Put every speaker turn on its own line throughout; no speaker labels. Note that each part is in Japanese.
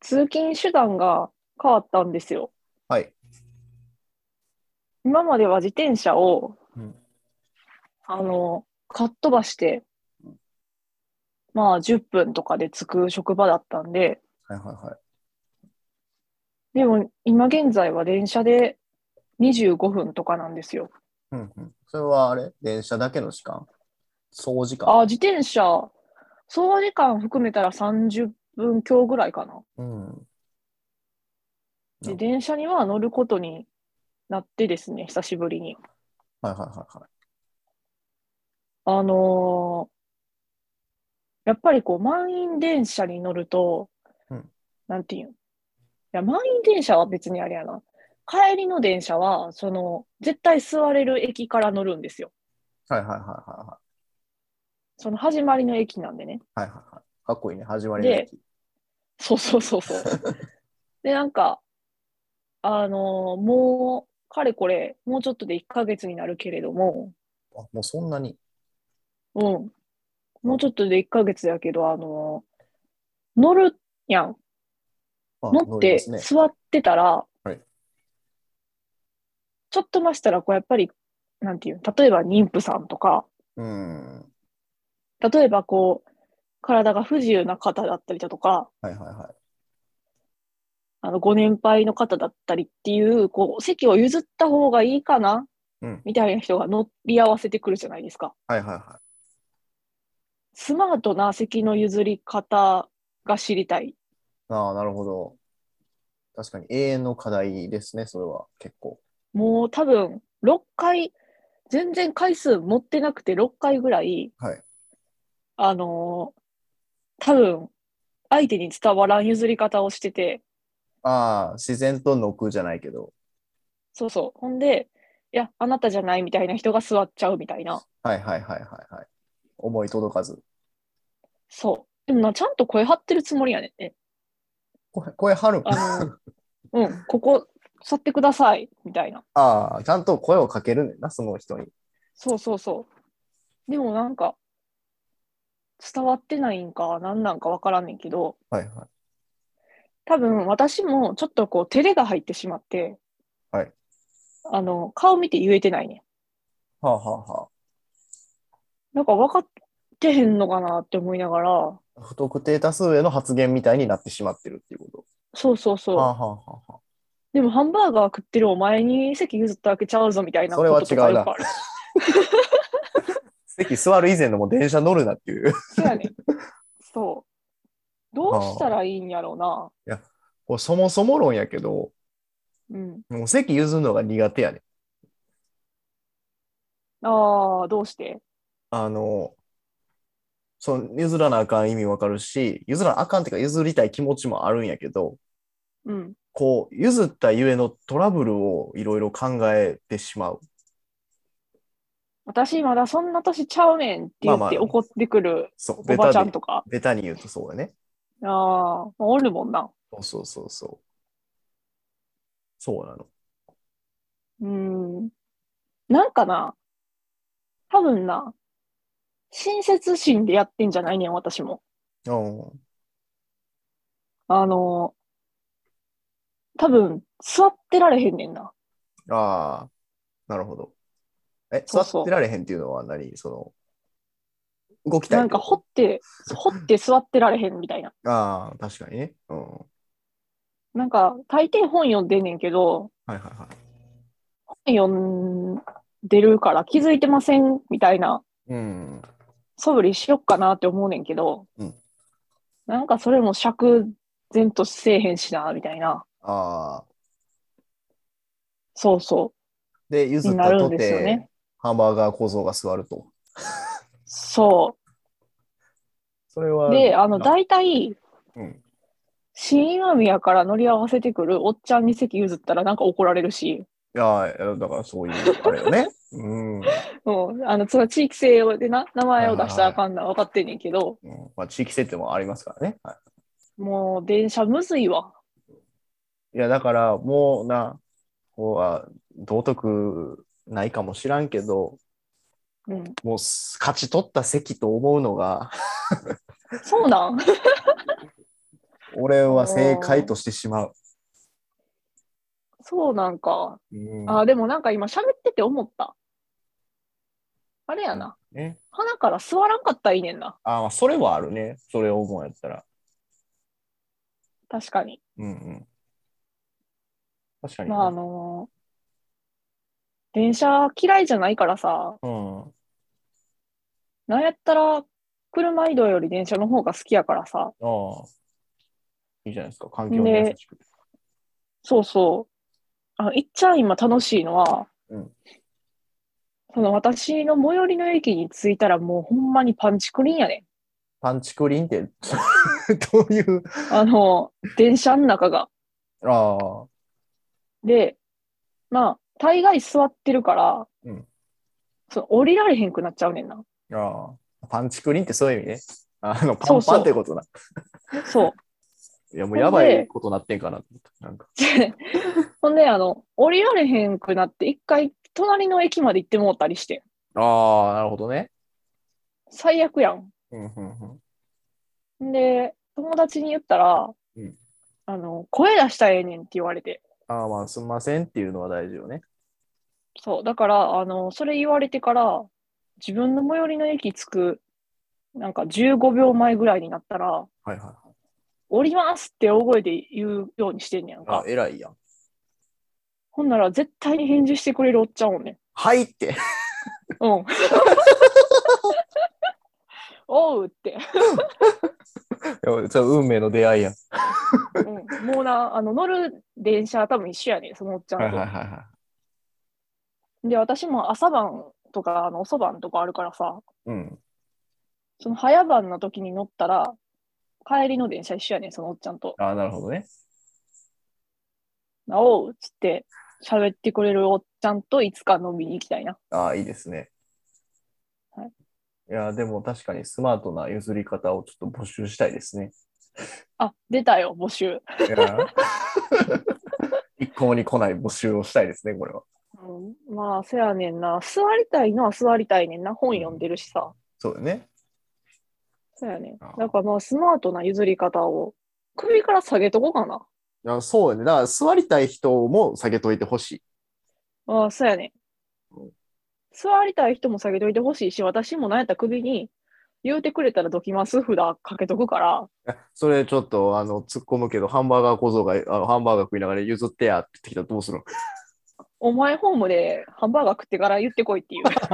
通勤手段が変わったんですよ。
はい。
今までは自転車を、
うん
あの、かっ飛ばして、まあ10分とかで着く職場だったんで、
はいはいはい。
でも今現在は電車で25分とかなんですよ。
うんうん。それはあれ電車だけの時間総時間
あ、自転車、総時間含めたら30分強ぐらいかな。
うん。な
で、
るほど
電車には乗ることになってですね、久しぶりに。
はいはいはいはい。
あのーやっぱりこう、満員電車に乗ると、
うん
なんていうんいや、満員電車は別にあれやな。帰りの電車は、その、絶対座れる駅から乗るんですよ。
はいはいはいは
その始まりの駅なんでね。
いはい。はいはいはい。かっこいいね。始まりの駅。
そうそうそう そう。で、なんか、あのーもう、かれこれ、もうちょっとで1ヶ月になるけれども、
あ、もうそんなに。
うん。もうちょっとで1ヶ月やけど、あのー乗るやん。
あ
乗っ
りま
て
すね。
座ってたら、
はい
ちょっと増したら、こうやっぱり、なんていうの、例えば妊婦さんとか、
うん。
例えばこう、体が不自由な方だったりだとか、
はいはいはい。
あの、ご年配の方だったりっていう、こう、席を譲った方がいいかな、
うん
みたいな人が乗り合わせてくるじゃないですか。
はいはいは
スマートな席の譲り方が知りたい。
い。ああ、なるほど。確かに永遠の課題ですね、それは結構。
もう多分、6回、全然回数持ってなくて6回ぐらい、
はい
あのー多分、相手に伝わらん譲り方をしてて、
ああ、自然とのくじゃないけど。
そうそう。ほんで、いや、あなたじゃないみたいな人が座っちゃうみたいな。
はいはいはいはいはい。思い届かず。
そう。でもな、ちゃんと声張ってるつもりやねんね。
声声張る。
あ の、うん、ここ座ってください、みたいな。
ああ、ちゃんと声をかけるねんな、その人に。
そうそうそう。でもなんか、伝わってないんか、何なんかわからんねんけど、
はいはい。
多分私もちょっとこう、照れが入ってしまって、
はい。
あの、顔見て言えてないね
はあはあは
ん。なんか分かってへんのかなって思いながら、
あ。不特定多数への発言みたいになってしまってるっていうこ
そうそう
と。はあ
そう。
はあはあは
でもハンバーガー食ってるお前に席譲ったわけちゃうぞみたいな
それは
こととか
違うな
よくある。
あ。席座る以前のもう電車乗るなっていう。
そうやね。そう。どうしたらいいんやろうな。
こうそもそも論やけど、
うん。
もう席譲るのが苦手やねん。
ああ、どうして
あの、その譲らなあかん意味わかるし、譲らなあかんっていうか譲りたい気持ちもあるんやけど、
うん。
こう、譲ったゆえのトラブルをいろいろ考えてしまう。
私まだそんな年ちゃうねんって言
まあ
っ
ま
て
あ
怒ってくる
そう、
お
ベ
ば
タ
ちゃん
に、
とか。
ベタに言うとそうやね。
ああ、まあおるもんな。
そうそうそうそう。そうなの。
うん。なんかな、多分な、親切心でやってんじゃないねん、私も。
うん。
あの、多分、座ってられへんねんな。
ああ、なるほど。え、
そ
座
うそう
ってられへんっていうのは何その、動きたい
な
っ
ん
てこ
か、
と
掘って、掘って座ってられへんみたいな。
ああ、確かにね。うん。は
なんか、大抵本読んでんねんけど、
いはいは
本読んでるから気づいてませんみたいな、
い。うん。
素振りしよっかなって思うねんけど、
うん
なんかそれも釈然とせえへんしな、みたいな。
ああ。
そうそ
で、譲
う、
っ
にな
た
る
と
んですよ
て、
ね。
ハンバーガー構造が座ると。
そ
それは、
う。で、あの、
な
大体、
うん。
新今宮から乗り合わせてくるおっちゃんに席譲ったらなんか怒られるし、
いや、だからそういう、あれよね。 うん。
うん、あの、その地域性でな、名前を出したらあかんのは分かってんねんけど、
うんまあ、地域設定もありますからね。は
もう電車むずいわ。
い、いや、だからもうな、こうは道徳ないかもしらんけど、
うん。
もうす勝ち取った席と思うのが、
そうなん
こ俺は正解としてしまう。
そうなんか。
うん
あ、でもなんか今喋ってて思った。あれやな。
ね、
鼻から座らんかったらいいねんな。
あまあ、それはあるね。それを思うやったら。
確かに。
うんうん。確かにね。
まああのー電車嫌いじゃないからさ、
うん。
なんやったら車移動より電車の方が好きやからさ、
ああ。いいじゃないですか。環境に優しくて。
そうそう。あいっちゃん今楽しいのは、
うん
その私の最寄りの駅に着いたらもうほんまにパンチクリーンやね
パンチクリーンって どういう。
ん。あのー電車の中が。
ああ。
で、まあ、大概座ってるから、
うん
その降りられへんくなっちゃうねんな。
ああ、パンチクリーンってそういう意味ね。あの、パ
そ
ン
うそう
パンってことな。
そう。
いや、もう
ほんで
やばいことなってんかなと思った。なんか。
でほんで、あの、降りられへんくなって、一回、隣の駅まで行ってもうたりして、
ああ、なるほどね。
最悪やん。
うん、うん、うん。
んで、友達に言ったら、
うん
あの、声出したらええねんって言われて、
ああ、まあ、すんませんっていうのは大事よね。
そう、だから、あの、それ言われてから、自分の最寄りの駅着く、なんか15秒前ぐらいになったら、
はいはい
降りますって大声で言うようにしてんねやん
はい。あ
か。、
偉いやん。
ほんなら、絶対に返事してくれるおっちゃんをねん。
はいって。
うん。 おうって。
いやそれ運命の出会いやん。
うんもうな、あの乗る電車多分一緒やねそのおっちゃんと。
は
で、私も朝晩とか、あの遅晩とかあるからさ、
い。うん。
その早晩の時に乗ったら、帰りの電車一緒やねそのおっちゃんと。
ああ、なるほどね。
なおうっつって、喋ってくれるおっちゃんといつか飲みに行きたいな。
ああ、いいですね。
はい。
いや、でも確かにスマートな譲り方をちょっと募集したいですね。
あ、出たよ、募集。
いや 一向に来ない募集をしたいですね、これは。
うん、まあ、せやねんな。座りたいのは座りたいねんな。本読んでるしさ。
そうだね。
そうやねん
あ。ー
だからまあ、スマートな譲り方を首から下げとこうかな。
いや、そうやね。だから座りたい人も下げといてほしい。
ああ、そうやね
うん。
座りたい人も下げといてほしいし、私もなんやったら首に言うてくれたらどきます札かけとくから、
それちょっとあの突っ込むけど、ハンバーガー小僧があのハンバーガー食いながら譲ってやって言ってきたらどうするの
お前ホームでハンバーガー食ってから言ってこいっていう。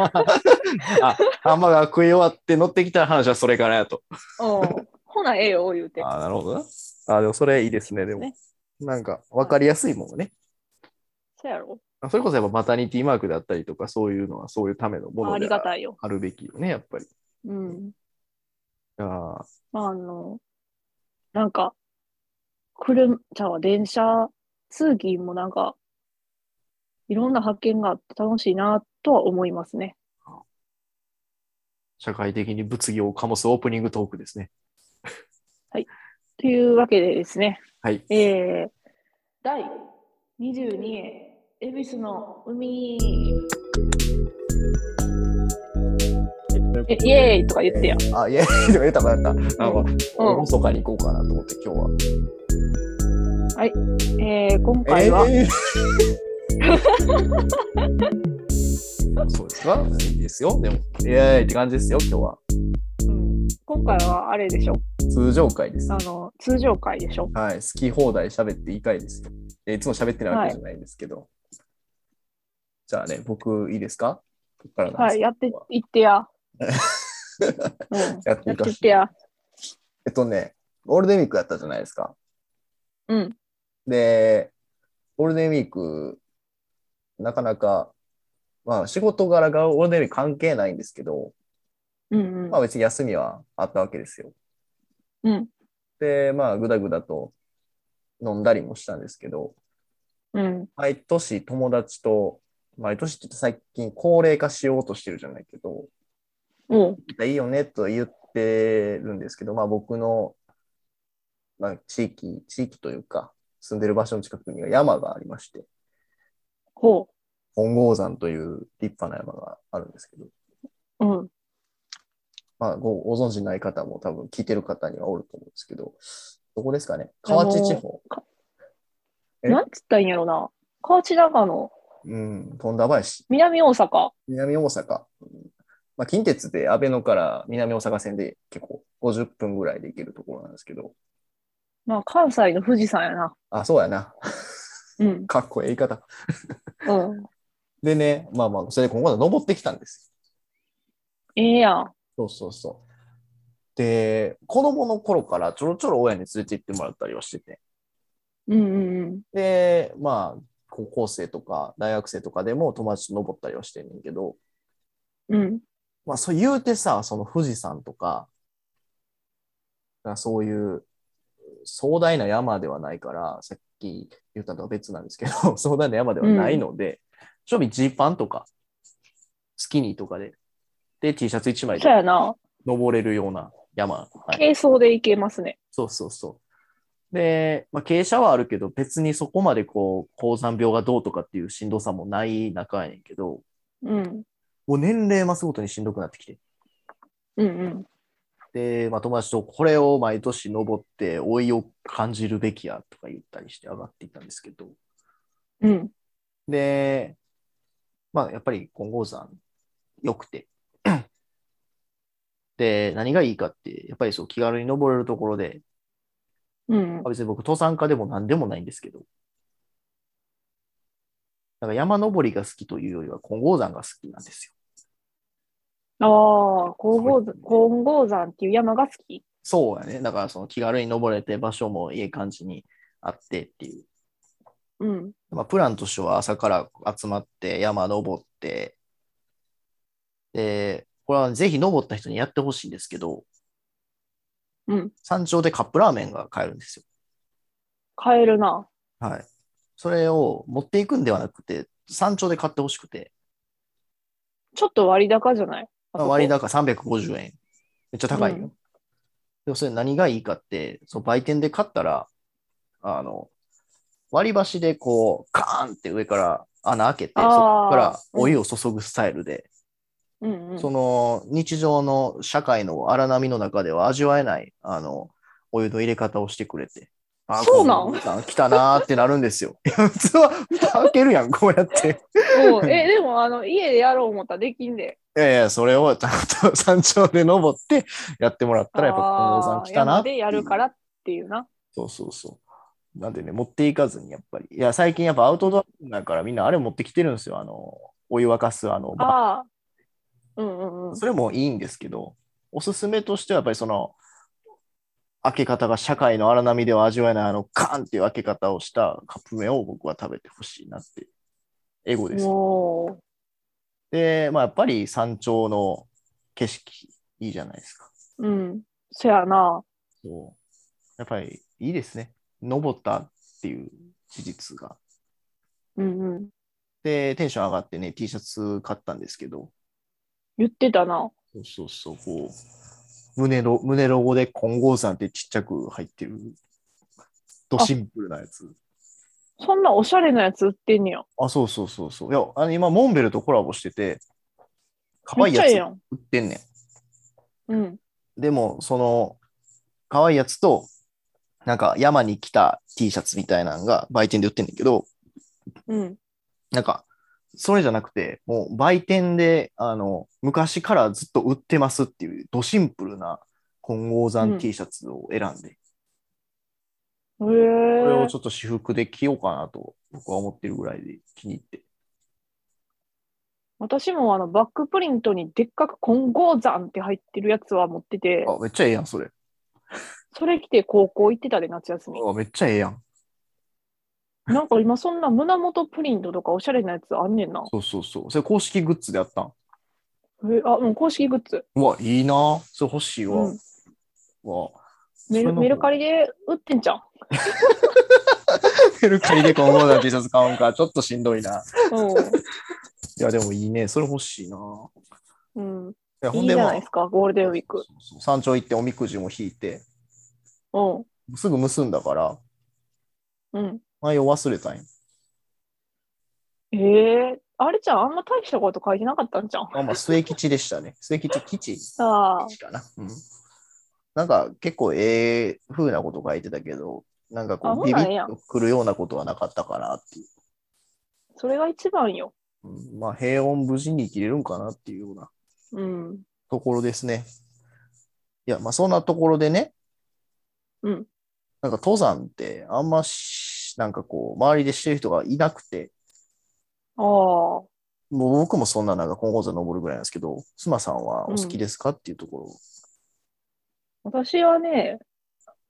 あハンバーガー食い終わって乗ってきた話はそれからやと。
うん。ほな、ええよ、言うて。
あなるほどな。あでもそれいいですね、でも。
ね
なんか分かりやすいものね。
そうやろ。
あそれこそやっぱマタニティマークだったりとか、そういうのはそういうためのも
まあ、あ
の
り
で
が
あ
たいよ。
あるべきよね、やっぱり。
うん。
あー
まあ、あの、なんか、車、じゃあ電車、通勤もなんか、いろんな発見があって楽しいなとは思いますね。
社会的に物議を醸すオープニングトークですね。
というわけでですね、
はい。
えー、第22へ恵比寿の海えイエーイとか言ってや。
あ、いや、 でも言ったかった。なんか、
うん
おろそかに行こうかなと思って、今日は。
えー、今回は、
えーそうですかいいですよ。でも、いやいやって感じですよ、今日は。
うん、今回はあれでしょ
通常回です
あ。の通常回でしょ
はい、好き放題喋っていい回ですよ。えいつも喋ってないわけじゃないんですけど。じゃあね、僕いいですかこっからなんです
はい、やっていって や。うん、
やって
や
い
っ
か
てい
せ
っててや。
えっとね、ゴールデンウィークやったじゃないですか。
うん、
で、ゴールデンウィーク、なかなか、まあ仕事柄がゴールデンウィーク関係ないんですけど、
うん、うん
まあ別に休みはあったわけですよ。
うん、
で、まあ、ぐだぐだと飲んだりもしたんですけど、
うん、
毎年友達と、毎年って言って最近高齢化しようとしてるじゃないけど、
おう
いいよねと言ってるんですけど、まあ僕の、まあ地域、地域というか、住んでる場所の近くには山がありまして、
ほ
本郷山という立派な山があるんですけど、
う、うん、
まあごご存知ない方も多分聞いてる方にはおると思うんですけど、どこですかね河内地方。え
なんつったらいいんやろな。河内長野、
うん、富田林。
南大阪。
南大阪。うんまあ、近鉄で阿倍野から南大阪線で結構50分ぐらいで行けるところなんですけど。
まあ、関西の富士山やな。
あ、そうやな。
うん。
かっこええ言い方。
うん。
でね、まあまあ、それで今度は登ってきたんですよ
ええやん。
そうそうそう。で、子供の頃からちょろちょろ親に連れて行ってもらったりはしてて。
うんうんうん。
で、まあ、高校生とか大学生とかでも友達と登ったりはしてんねんけど、
うん。
まあそう言うてさ、その富士山とか、まあそういう壮大な山ではないから、さっき言ったのとは別なんですけど、 壮大な山ではないので、ちょびジーパンとか、スキニーとかで、で T シャツ1枚
そう
で
やな。
登れるような山。はい
軽装で行けますね。
そうそうそう。で、まあ、傾斜はあるけど、別にそこまでこう、高山病がどうとかっていうしんどさもない中やねんけど、
うん。
もう年齢増すごとにしんどくなってきて。
うんうん。
で、まあ、友達とこれを毎年登って、老いを感じるべきやとか言ったりして上がっていったんですけど、
うん。
で、まあ、やっぱり金剛山良くて。 で、何がいいかって、やっぱりそう気軽に登れるところで、
うんうん
まあ。別に僕、登山家でも何でもないんですけど、なんか山登りが好きというよりは、金剛山が好きなんですよ。
ああ、金剛山、金剛山っていう山が好き。
そうやね。だから、その気軽に登れて、場所もいい感じにあってっていう。
うん。
まあ、プランとしては朝から集まって、山登って、で、これはぜひ登った人にやってほしいんですけど、
うん。
山頂でカップラーメンが買えるんですよ。
買えるな。
はい。それを持っていくんではなくて、山頂で買ってほしくて、
ちょっと割高じゃないあ
まあ
そこ
割高350円。めっちゃ高いよ。
うん
でもそれ何がいいかって、その売店で買ったら、あの、割り箸でこう、カーンって上から穴開けて、そ
あー
こからお湯を注ぐスタイルで、
うんうん。
その日常の社会の荒波の中では味わえない、あの、お湯の入れ方をしてくれて。あー
そうなん
こさん来たなーってなるんですよ。い や普通は蓋開けるやん、こうやって。
そうえ、でも、あの、家でやろう思ったらできんで。
いやいや、それをちゃんと山頂で登ってやってもらったら、やっぱ近藤さん来た
あ
な
ー山
ってい
で
う
やるからっていうな。
そうそうそう。なんでね、持っていかずに、やっぱり。いや、最近やっぱアウトドアだからみんなあれ持ってきてるんですよ。あの、お湯沸かす、あの、バ
ああ。うんうんうん。
それもいいんですけど、おすすめとしてはやっぱりその、開け方が社会の荒波では味わえない、あの、カーンっていう開け方をしたカップ麺を僕は食べてほしいなって、エゴです。
おー
で、まあやっぱり山頂の景色、いいじゃないですか。
うん。そやな。
そう。やっぱりいいですね。登ったっていう事実が。
うんうん。
で、テンション上がってね、T シャツ買ったんですけど、
言ってたな。
そうそうそう、こう、胸ロ胸ロゴで金剛山ってちっちゃく入ってる、ドシンプルなやつ。
そんなおしゃれなやつ売ってんねや。
あ、そうそうそうそう。いや、あの今、モンベルとコラボしてて、可
め
愛
っ
い
ちゃええ
や
やん。
つ売ってんね
うん。
ん。でも、その、可愛いやつと、なんか山に来た T シャツみたいなのが売店で売ってんねんけど、
うん。
なんか、それじゃなくて、もう売店で、あの、昔からずっと売ってますっていう、ドシンプルな金剛
う
山
ん
T シャツを選んで、
へ
これ
え
をちょっと私服で着ようかなと、僕は思ってるぐらいで気に入って。
私もあのバックプリントにでっかく金剛山って入ってるやつは持ってて、
あ、めっちゃええやん、それ。
それ着て高校行ってたで夏休み。
あ、めっちゃええやん。
なんか今そんな胸元プリントとかおしゃれなやつあんねんな。
そうそうそう。それ公式グッズであったん。
へえあ、もう公式グッズ。
うわ、いいなそれ欲しいわ。
うん
うわ
メルメルカ
リ。
リで売ってん じゃん。
メルカリで金剛山 T シャツ買うんか、ちょっとしんどいな。
う
いや、でもいいね。それ欲しいな。
ん。うん。
いや、
い
ほん
いじ
で
ゃ
ま
な
あ
いですか、ゴールデンウィーク。
そうそう山頂行っておみくじも引いて、
うん。
すぐ結んだから、
うん。
内容忘れたんや。
ええあれじゃん、あんま大したこと書いてなかったんじゃん。
あ、まあ、末吉でしたね。末吉吉
ああ、
吉かな。うん。なんか結構ええ風なこと書いてたけど、なんか
あ
こ
ほ
う、
ん
ビビ
ならええや
ッ
ん
とくるようなことはなかったかなっていう。
それが一番よ。
うんまあ、平穏無事に生きれるんかなっていうような
うん。
ところですね。いや、まあそんなところでね、
うん。
なんか登山ってあんまし、なんかこう、周りでしてる人がいなくて、
ああ。
もう僕もそんななんか金剛山登るぐらいなんですけど、妻さんはお好きですかっていうところ。
私はね、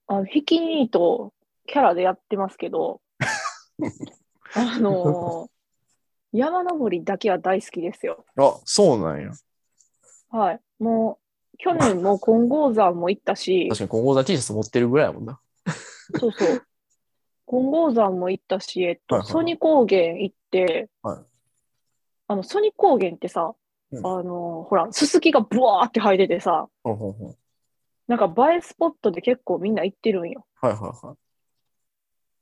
あの、ひきにとキャラでやってますけ ど、あのー山登りだけは大好きですよ。
あ、そうなんや。
はい。もう、去年も金剛山も行ったし、
確かに金剛山 T シャツ持ってるぐらいやもんな。
そうそう。金剛山も行ったし、えっ
は
と、
いはいはい
ソニ高原行って、
はい
あの、ソニ高原ってさ、
うん
あのーほら、ススキがブワーって生えててさ、
ほんほんほん
なんか映えスポットで結構みんな行ってるんよ。
はいはいはい。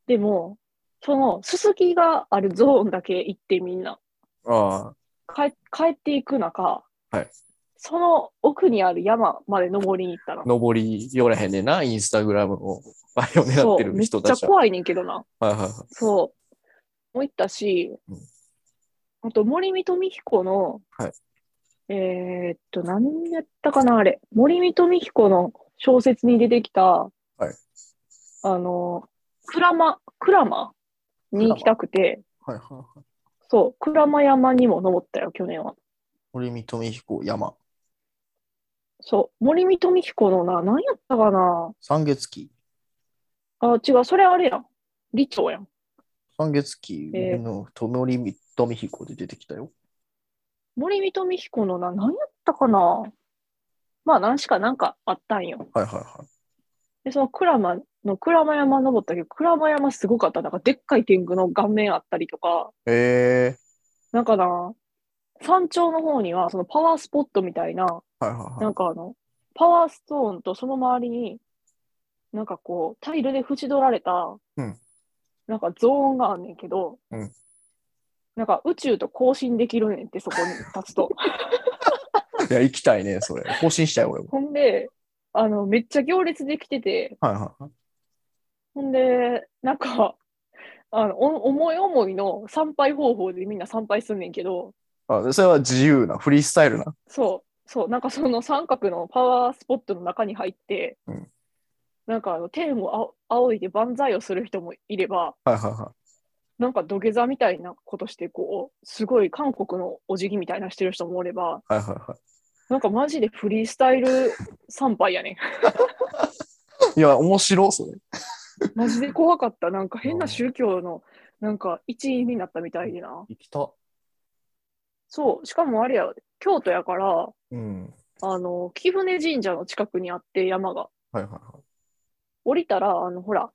でも、その、すすきがあるゾーンだけ行ってみんな、
あ
帰帰っていく中、
はい
その奥にある山まで登りに行った
あ、
ら、
登り寄らへんねんな、インスタグラムのバイオ狙
そ
って
う、
る
めっち
人た
ゃ
ちは。
怖いねんけどな。
はいはいはい。
そう。もう行ったし、
うん
あと森見富彦の、
はい
えーっと、何やったかな、あれ。森見富彦の小説に出てきた、
い
あの、鞍馬、鞍馬に行きたくて、
はいはいはい。
そう、鞍馬山にも登ったよ、去年は。
森見富彦山、
そう、森見富彦のな、何やったかな。
三月期。
あ、違う、それあれやん。李朝やん。
三月期
えー
の森見富彦で出てきたよ。
森見富彦のな、何やったかな。まあ、何しかなんかあったんよ。
はいはいはい。
で、その鞍馬の鞍馬山登ったけど、鞍馬山すごかった。なんかでっかい天狗の顔面あったりとか、
え
なんかな、山頂の方にはそのパワースポットみたいな、
ー、はいはい
な
はい。
んかあの、パワーストーンとその周りに、なんかこう、タイルで縁取られた、
うん
なんかゾーンがあんねんけど、
うん
なんか宇宙と交信できるねんって、そこに立つ と。
いや、行きたいね、それ。更新したい、俺も。
ほんで、あの、めっちゃ行列できてて、
はいはいはい。
ほんで、なんか、 あのお思い思いの参拝方法でみんな参拝すんねんけど、
あでそれは自由な、フリースタイルな。
そう、そう、なんかその三角のパワースポットの中に入って、
うん
なんかあの天をあ仰いで万歳をする人もいれば、
はいはいは
なんか土下座みたいなことして、こう、すごい韓国のお辞儀みたいなしてる人もおれば、
い。はいはいは
なんかマジでフリースタイル参拝やねん。
い。いや、面白、それ。
マジで怖かった。なんか変な宗教の、なんか一員になったみたいでな。
行きた。
そう、しかもあれや、京都やから、
うん。
あの、貴船神社の近くにあって山が。
はいはいはい。
降りたら、あの、ほら、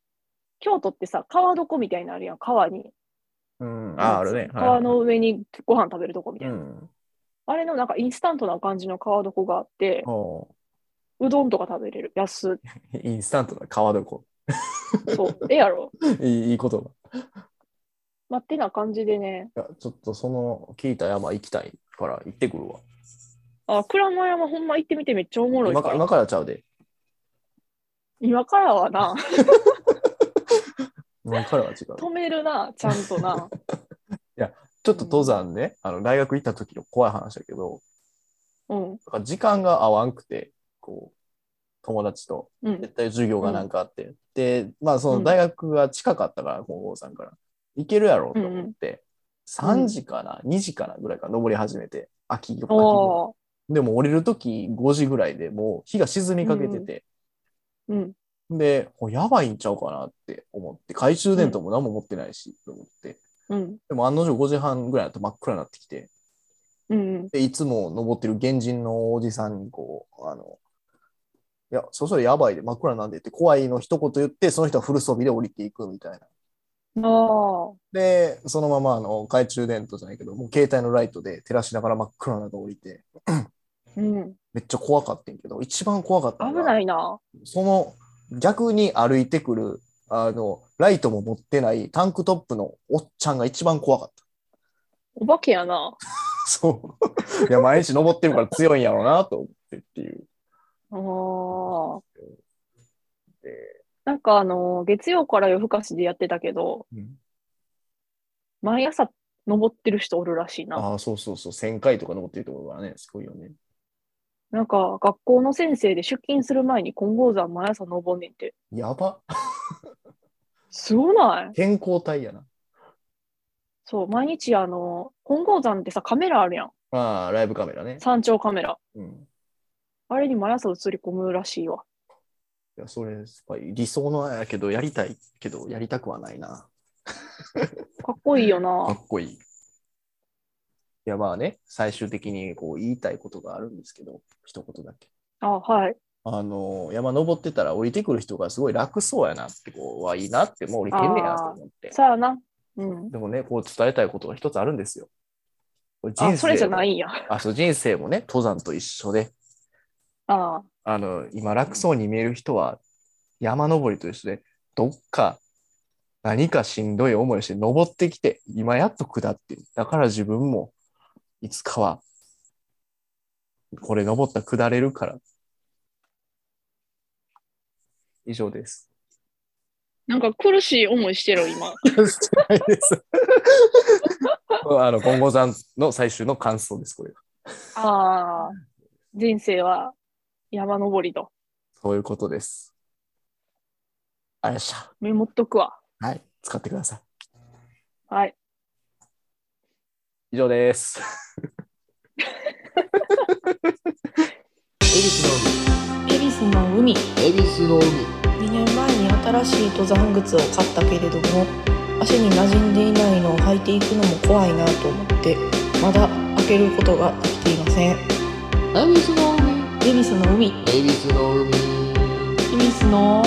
京都ってさ、川床みたいなのあるやん、川に。
うん、あ、あるね。
川
はい
の上にご飯食べるとこみた
はいい、
な。
うん。
あれのなんかインスタントな感じの川床があって、
お
うどんとか食べれる。 安。
ーインスタントな川床。
そう。ええやろ。
いいいい言葉。い
まあ、ってな感じでね。
や、ちょっとその聞いた山行きたいから行ってくるわ。
あ、鞍馬山ほんま行ってみてめっちゃおもろい
今
か。
から今からちゃうで。
今からは な、
今からは違う。ちょ
止めるな、ちゃんと な。
っと登山ね、あの大学行った時の怖い話だけど、
うん。
なんか時間が合わんくて、こう、友達と
うん。
絶対授業がなんかあって、で、まあその大学が近かったから、金剛さんから、行けるやろうと思って、
んうん
3時かな、2時かなぐらいから登り始めて、秋秋頃
おー。
でも降りる時5時ぐらいでもう日が沈みかけてて、
うん。
で、これやばいんちゃうかなって思って、懐中電灯も何も持ってないし、と思って。
うん。
でも案の定5時半ぐらいだと真っ暗になってきて、
うん。
で、いつも登ってる原人のおじさんにこう、あの、いや、そしたらやばいで、真っ暗なんでって怖いの一言言って、その人はフル装備で降りていくみたいな。
ああ。
で、そのままあの懐中電灯じゃないけど、もう携帯のライトで照らしながら真っ暗な中降りて、
うん。
めっちゃ怖かったんやけど、一番怖かった
危
のが
ないな。
その逆に歩いてくる、あの、ライトも持ってないタンクトップのおっちゃんが一番怖かった。
お化けやな。
そう。いや、毎日登ってるから強いんやろうなと思ってっていう。
あああ。
で、
なんかあの、月曜から夜更かしでやってたけど、
うん
毎朝登ってる人おるらしいな。
ああ、そうそうそう、1000回とか登ってるところがね、すごいよね。
なんか、学校の先生で出勤する前に金剛山毎朝登んねんって。
やば。
すごない
健康体やな。
そう、毎日あの、金剛山ってさ、カメラあるやん。
ああ、ライブカメラね。
山頂カメラ。
うん。
あれに毎朝映り込むらしいわ。
いや、それ、やっぱり理想のやけど、やりたいけど、やりたくはないな。
かっこいいよ
か
な。
っこいい。いや、まあね、最終的にこう言いたいことがあるんですけど、一言だけ。
あ、はい。
あの、山登ってたら降りてくる人がすごい楽そうやなって、こう、はいいなって、もう降りてんねやと思って。
さあな。うん。
でもね、こう伝えたいことが一つあるんですよ。これ人。
あ、それじゃないいんや。
あ、そう、人生もね、登山と一緒で、
あ
あの、今楽そうに見える人は、山登りと一緒で、どっか何かしんどい思いをして登ってきて、今やっと下ってる。だから自分も、いつかは、これ登ったら下れるから。以上 です。
なんか苦しい思いしてる、今。
してないです。 あの、今後さんの最終の感想です、これ。
ああ。人生は山登りと。
そういうことです。あやしゃ。
メモっとくわ。
はい。使ってください。
はい。
以上です。
恵比寿の海
恵比寿の海
2年前に新しい登山靴を買ったけれども足に馴染んでいないのを履いていくのも怖いなと思ってまだ開けることができていません
恵比寿の海
恵比寿の海恵
恵比寿の海
比寿の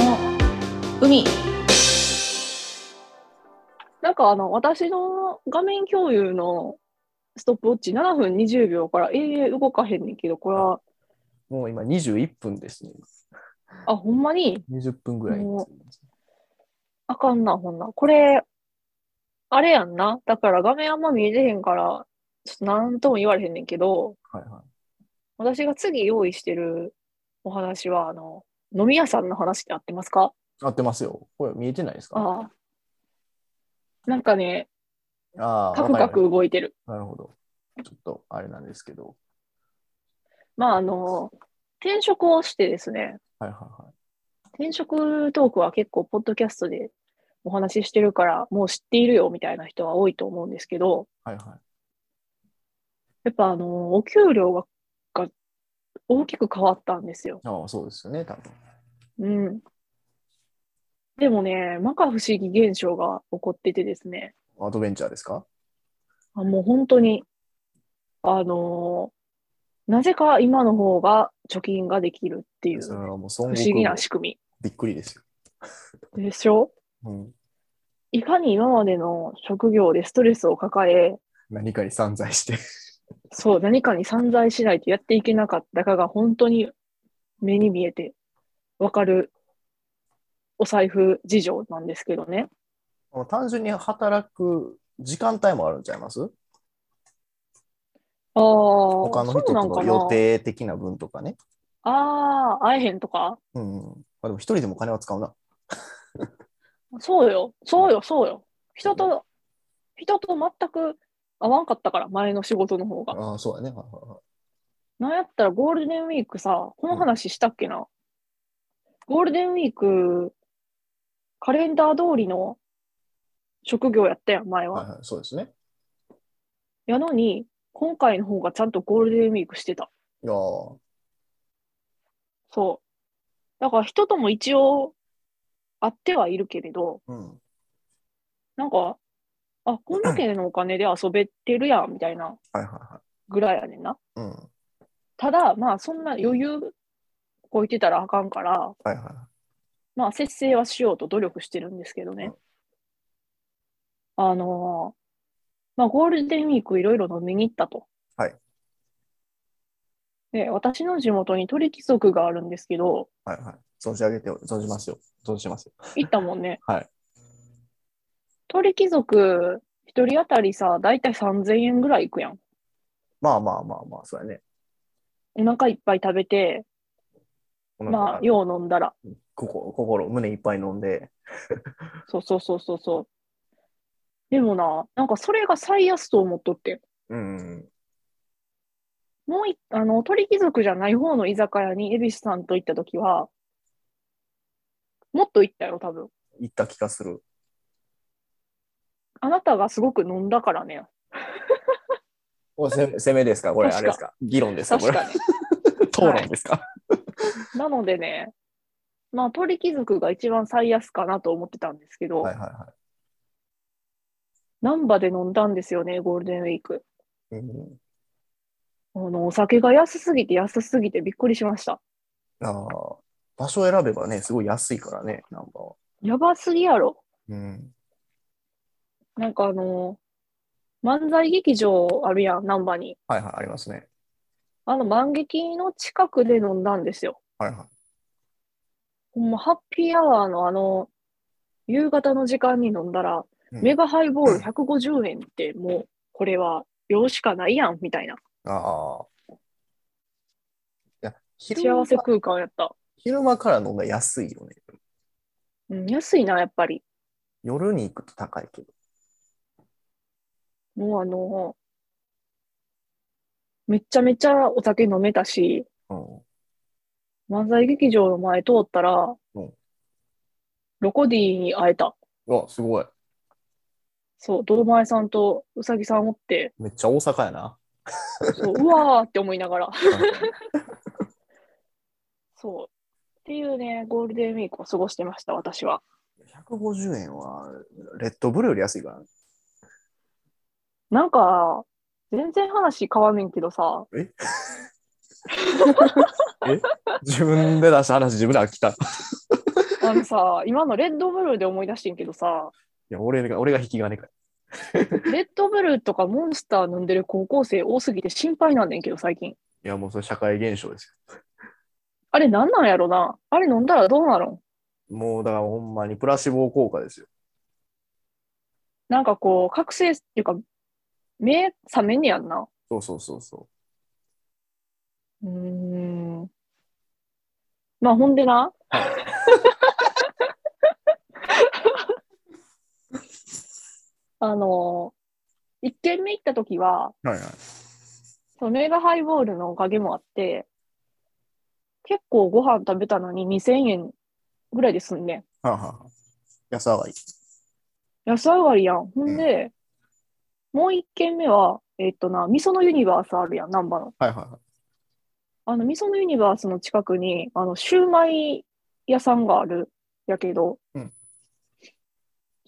海
なんかあの、私の画面共有のストップウォッチ7分20秒から永遠動かへんねんけど、これは、
もう今21分ですね。
あ、ほんまに
20分ぐらい。
もあかんな、ほんな。これ、あれやんな。だから画面あんま見えてへんから、ちょっとなんとも言われへんねんけど、
はいは
私が次用意してるお話は、あの、飲み屋さんの話って合ってますか
い。合ってますよ。これ見えてないですか
ああ。なんかね、
ああ
カクカク動いてる。
なるほど。ちょっとあれなんですけど。
まあ、あの、転職をしてですね、
はいはいはい。
転職トークは結構、ポッドキャストでお話ししてるから、もう知っているよみたいな人は多いと思うんですけど、
はいはい。
やっぱあの、お給料がが大きく変わったんですよ。
ああ、そうですよね、多分。
うん。でもね、摩訶不思議現象が起こっててですね、
アドベンチャーですか
あもう本当に、あのなぜか今の方が貯金ができるっていう不
それ
思
はもう孫悟
議
空
な
も
仕組
びっくりですよ。
みでしょ
うん、
いかに今までの職業でストレスを抱え、
何かに散財して。
そう、何かに散財しないとやっていけなかったかが本当に目に見えてわかるお財布事情なんですけどね。
あの単純に働く時間帯もあるんちゃいます
ああ、
他の人
そう
と
なん
の
かな
予。定的な分とかね。
ああ、会えへんとか
うんうん。あ、でも一人でも金は使うな。
そうよ、そうよ、そうよ。人と、人と全く会わんかったから、前の仕事の方が。
ああ、そうだね。はいはいはい
なんやったらゴールデンウィークさ、この話したっけな。ゴールデンウィーク、カレンダー通りの職業やったやん、前は
はい。はい、そうですね。
やのに、今回の方がちゃんとゴールデンウィークしてた。
いやー
そう。だから人とも一応会ってはいるけれど、
うん。
なんか、あ、こんだけのお金で遊べてるやん、みたいな
はいはいは
ぐらいやねんな。
い。うん。
ただ、まあそんな余裕こいてたらあかんから、
はいは
まあ節制はしようと努力してるんですけどね。あのーまあゴールデンウィークいろいろ飲みに行ったと。
はい。
で、私の地元に鳥貴族があるんですけど、
い。はいはい。存じ上げて、存じますよ。存じますよ。
行ったもんね。
はい。
鳥貴族、一人当たりさ、だいたい3000円ぐらいいくやん。
まあまあまあまあ、そうやね。
お腹いっぱい食べて、まあ、よう飲んだら。
ここ心、胸いっぱい飲んで、
そうそうそうそうそう。でもな、なんかそれが最安と思っとって。
うん、
もうい、あの、鳥貴族じゃない方の居酒屋に恵比寿さんと行った時は、もっと行ったよ、多分。
行った気がする。
あなたがすごく飲んだからね。
おせ攻めですかこれ、
確か
あれですか議論ですかこ
確
れ
か、 に。
討論ですか、
なのでね、まあ、鳥貴族が一番最安かなと思ってたんですけど、
はい、はいは
難波で飲んだんですよね、ゴールデンウィーク。
いうん
あの、お酒が安すぎて安すぎてびっくりしました。
あー場所選べばね、すごい安いからね、ナンバーは。
やばすぎやろ。
うん。
なんかあの、漫才劇場あるやん、難波に。
はいはい、ありますね。
あの、万劇の近くで飲んだんですよ。
はいはい。
ほんま、ハッピーアワーのあの、夕方の時間に飲んだら、
うん
メガハイボール150円って、もう、これは、ようしかないやん、みたいな。
ああ。いや、昼間
幸せ空間やった。
昼間から飲んだら安いよね。
うん、安いな、やっぱり。
夜に行くと高いけど。
もうあの、めっちゃめちゃお酒飲めたし、
うん。
漫才劇場の前通ったら
うん、
ロコディに会えた。
うわ、すごい。
そう、堂前さんとうさぎさんおって、
めっちゃ大阪やな。
そう、うわーって思いながら。 そう。っていうね、ゴールデンウィークを過ごしてました、私は。
150円は、レッドブルより安いからね。
なんか、全然話変わんねんけどさ、
自分で出した話、自分で飽きた。い
あのさ、 今のレッドブルーで思い出してんけど さ、
や、俺が、俺が引き金かよ。
レッドブルーとかモンスター飲んでる高校生多すぎて心配なんねんけど、最近。
いや、もうそれ社会現象です
あれなんなんやろなあれ飲んだらどうなるん
よ。もう、だからほんまにプラシボ効果ですよ。
なんかこう、覚醒っていうか、目覚めんねやんな。
そうそうそうそう
ーん。まあ、ほんでな。 あの、一軒目行った時は、
う。はいはい。
そのメガハイボールのおかげもあって、結構ご飯食べたのに2000円ぐらいで済んねん。
はあ、はあ、安上がり。
安上がりやん。ほんで、もう一軒目は、えっとな、味噌のユニバースあるやん、難波の。
はいはいはい。
あの、味噌のユニバースの近くに、あの、シューマイ屋さんがある、やけど、
うん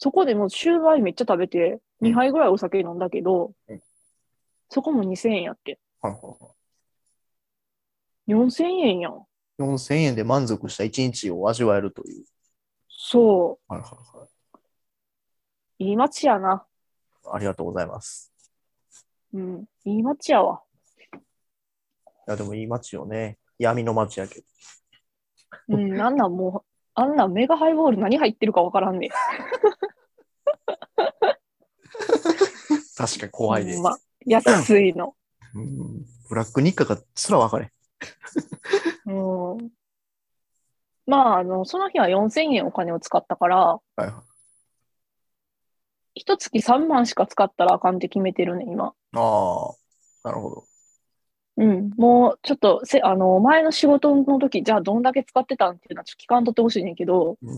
そこでもうシューマイめっちゃ食べて、
うん
2杯ぐらいお酒飲んだけど、
うん
そこも2000円やって。
はいはいはい
4000円やん。
4000円で満足した一日を味わえるという。
そ
はいはいはい。
う。いい街やな。
ありがとうございます。
うん。いい街やわ。
いや、でもいい街よね。闇の街やけど。
うん。あんなんもう、あんなんメガハイボール何入ってるかわからんね。
確かに怖いで
ほ
す
ん。ま安いの。
うんブラック日課がすら分かれん。
うん。まあ、あの、その日は4000円お金を使ったから、
はいはい。
一月3万しか使ったらあかんって決めてるね、今。
ああ、なるほど。
うん。もう、ちょっと、せ、あの、前の仕事の時、じゃあどんだけ使ってたんっていうのはちょっと期間取ってほしいねんけど、うん。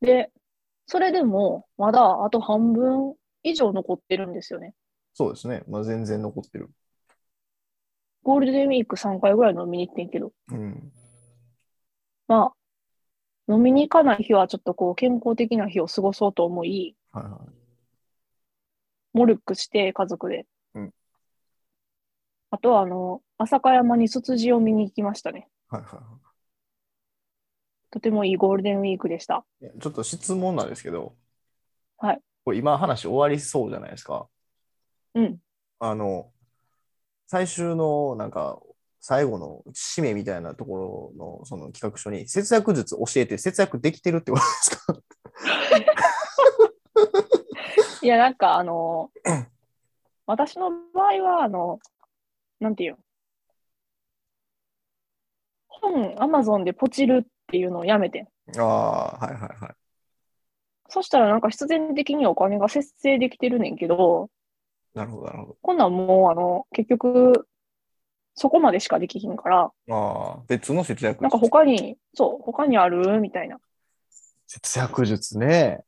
で、それでも、まだあと半分以上残ってるんですよね。
そうですね。まあ、全然残ってる。
ゴールデンウィーク3回ぐらい飲みに行ってんけど、
うん。
まあ、飲みに行かない日はちょっとこう、健康的な日を過ごそうと思い、
はいはい。
モルックして、家族で。
うん
あとは、あの、浅香山に卒ジを見に行きましたね。
はいはいは
とてもいいゴールデンウィークでした。
いいやちょっと質問なんですけど、
はい。
これ今話終わりそうじゃないですか。
うん。
あの、最終の、なんか、最後の締めみたいなところの、その企画書に、節約術教えて節約できてるってことですか
いや、なんか、あの、私の場合は、あの、なんていうの本、アマゾンでポチるっていうのをやめてん。
ああ、はいはいはい。
そしたらなんか必然的にお金が節制できてるねんけど、
なるほど、なるほ
こんなんもうあの、結局、そこまでしかできひんから、
ど。ああ、別の節約
なんか他に、そう、他にあるみたいな。
節約術ね。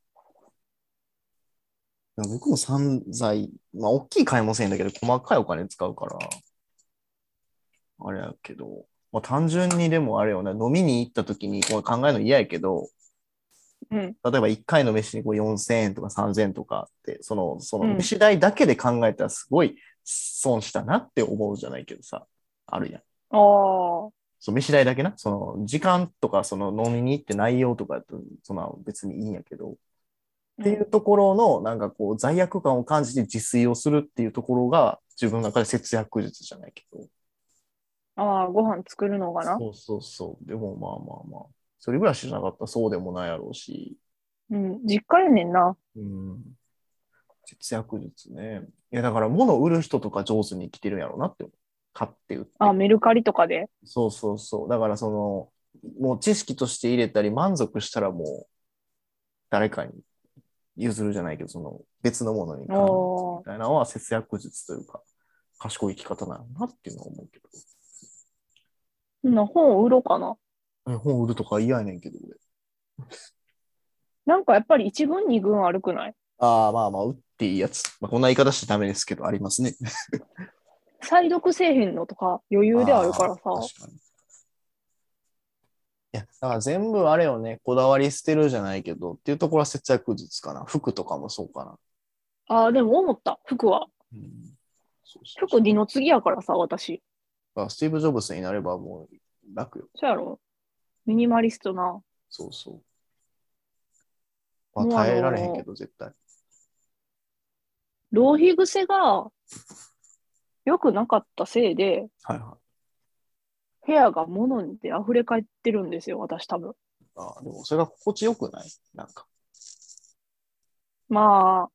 いや僕も散財、まあ、大きい買い物せんだけど、細かいお金使うから、あれやけど、まあ、単純にでもあれよな、飲みに行った時に、これ考えるの嫌やけど、
うん。
例えば1回の飯にこう4000円とか3000円とかって、その、その
うん
飯代だけで考えたらすごい損したなって思うじゃないけどさ、あるやん。
ああ、
そう、飯代だけな、その、時間とか、その、飲みに行って内容とかやと、その、別にいいんやけど、っていうところの、なんかこう、罪悪感を感じて自炊をするっていうところが、自分の中で節約術じゃないけど。
ああ、ご飯作るのかな。
そうそうそう。でもまあまあまあ。一人暮らしじゃなかったらそうでもないやろうし。
うん、実家やねんな。
うん。節約術ね。いや、だから物を売る人とか上手に生きてるんやろうなって思う。買って売って。
あメルカリとかで。
そうそうそう。だからその、もう知識として入れたり満足したらもう、誰かに譲るじゃないけど、その別のものに変わる
おー
みたいなのは節約術というか、賢い生き方なのなっていうのは思うけ
そんな本を売ろうかな。
ど。え本売るとか嫌やねんけど、俺。
なんかやっぱり一軍二軍悪くない
ああ、まあまあ、売っていいやつ。まあ、こんな言い方してダメですけど、ありますね。
再読せえへんのとか余裕であるからさ。
あー確かにいや、だから全部あれよね、こだわり捨てるじゃないけど、っていうところは節約術かな。服とかもそうかな。
ああ、でも思った。服は。
うんそうそうそ
服
う
二の次やからさ、私。
まあスティーブ・ジョブズになればもう楽よ。
そうやろミニマリストな。
そうそう。
もう
ま
あのー
あ、耐えられへんけど、絶対。
浪費癖が良くなかったせいで、
はいはい。
部屋が物にで溢れ返ってるんですよ、私多分。
ああでも、それが心地よくないなんか。
まあ、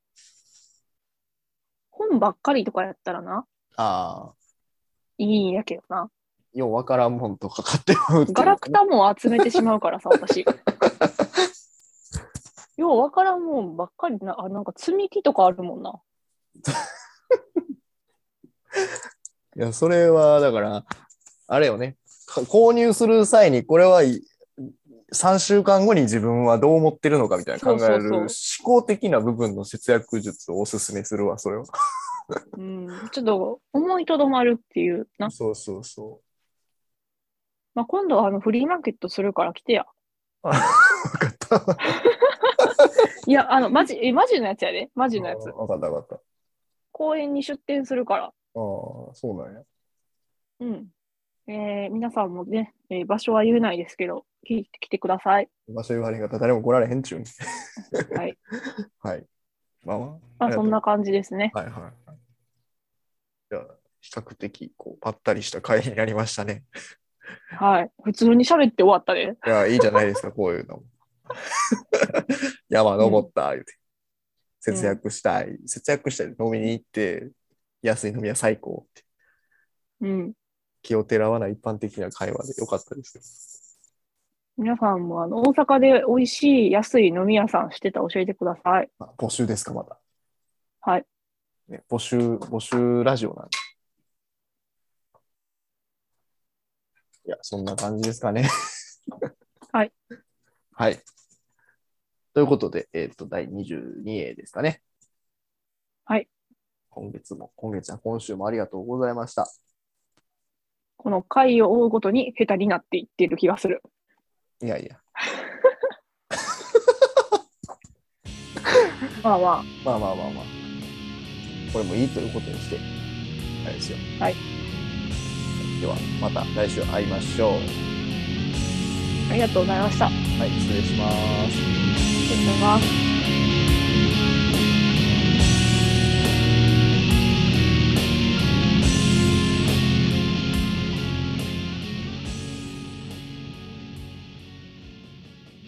本ばっかりとかやったらな、
ああ、
いいんやけどな。
ようわからんもんとか買っても売ってる
ガラクタも集めてしまうからさ、私。ようわからんもんばっかりな、あ、なんか積み木とかあるもんな。
いや、それは、だから、あれよね。か購入する際に、これはい3週間後に自分はどう思ってるのかみたいな考える
そうそう
思考的な部分の節約術をおすすめするわ、それは。
うん、ちょっと思いとどまるっていうな。
そうそうそ
まあ、今度はあのフリーマーケットするから来てや。
う。わかった。わ
いや、あの、マジ、え、マジのやつやで。マジのやつ。
かったわかった。ああ、
公園に出店するから。
そうなんや。
うん。えー皆さんもね、えー場所は言えないですけど、聞いてきてください。
場所言われへんかったら誰も来られへんちゅうに。
はい。
はい。まあまあ。
まあ、そんな感じですね。
ありがとう。はいはいはい。じゃあ、比較的、こう、ぱったりした会になりましたね。
はい。普通に喋って終わったで。
いや、いいじゃない ですか、こういうのも。山登った、言うて。節約したい。節約したい。飲みに行って、安い飲みは最高って。
うん。
気をてらわない一般的な会話でよかったですよ。
皆さんもあの大阪で美味しい安い飲み屋さんしてたら教えてください。
あ募集ですか、また。
はい。
ね、募集、募集ラジオなんで。いや、そんな感じですかね。
はい。
はい。ということで、えっ、と、第22位ですかね。
はい。
今月も、今月は今週もありがとうございました。
この回を追うごとに下手になっていっている気がする。
いやいや。
まあま
まあまあまあまあ。これもいいということにして、あれですよ。
はい。
では、また来週会いましょう。は
あ、ありがとうございました。
い、失礼します。
失礼します。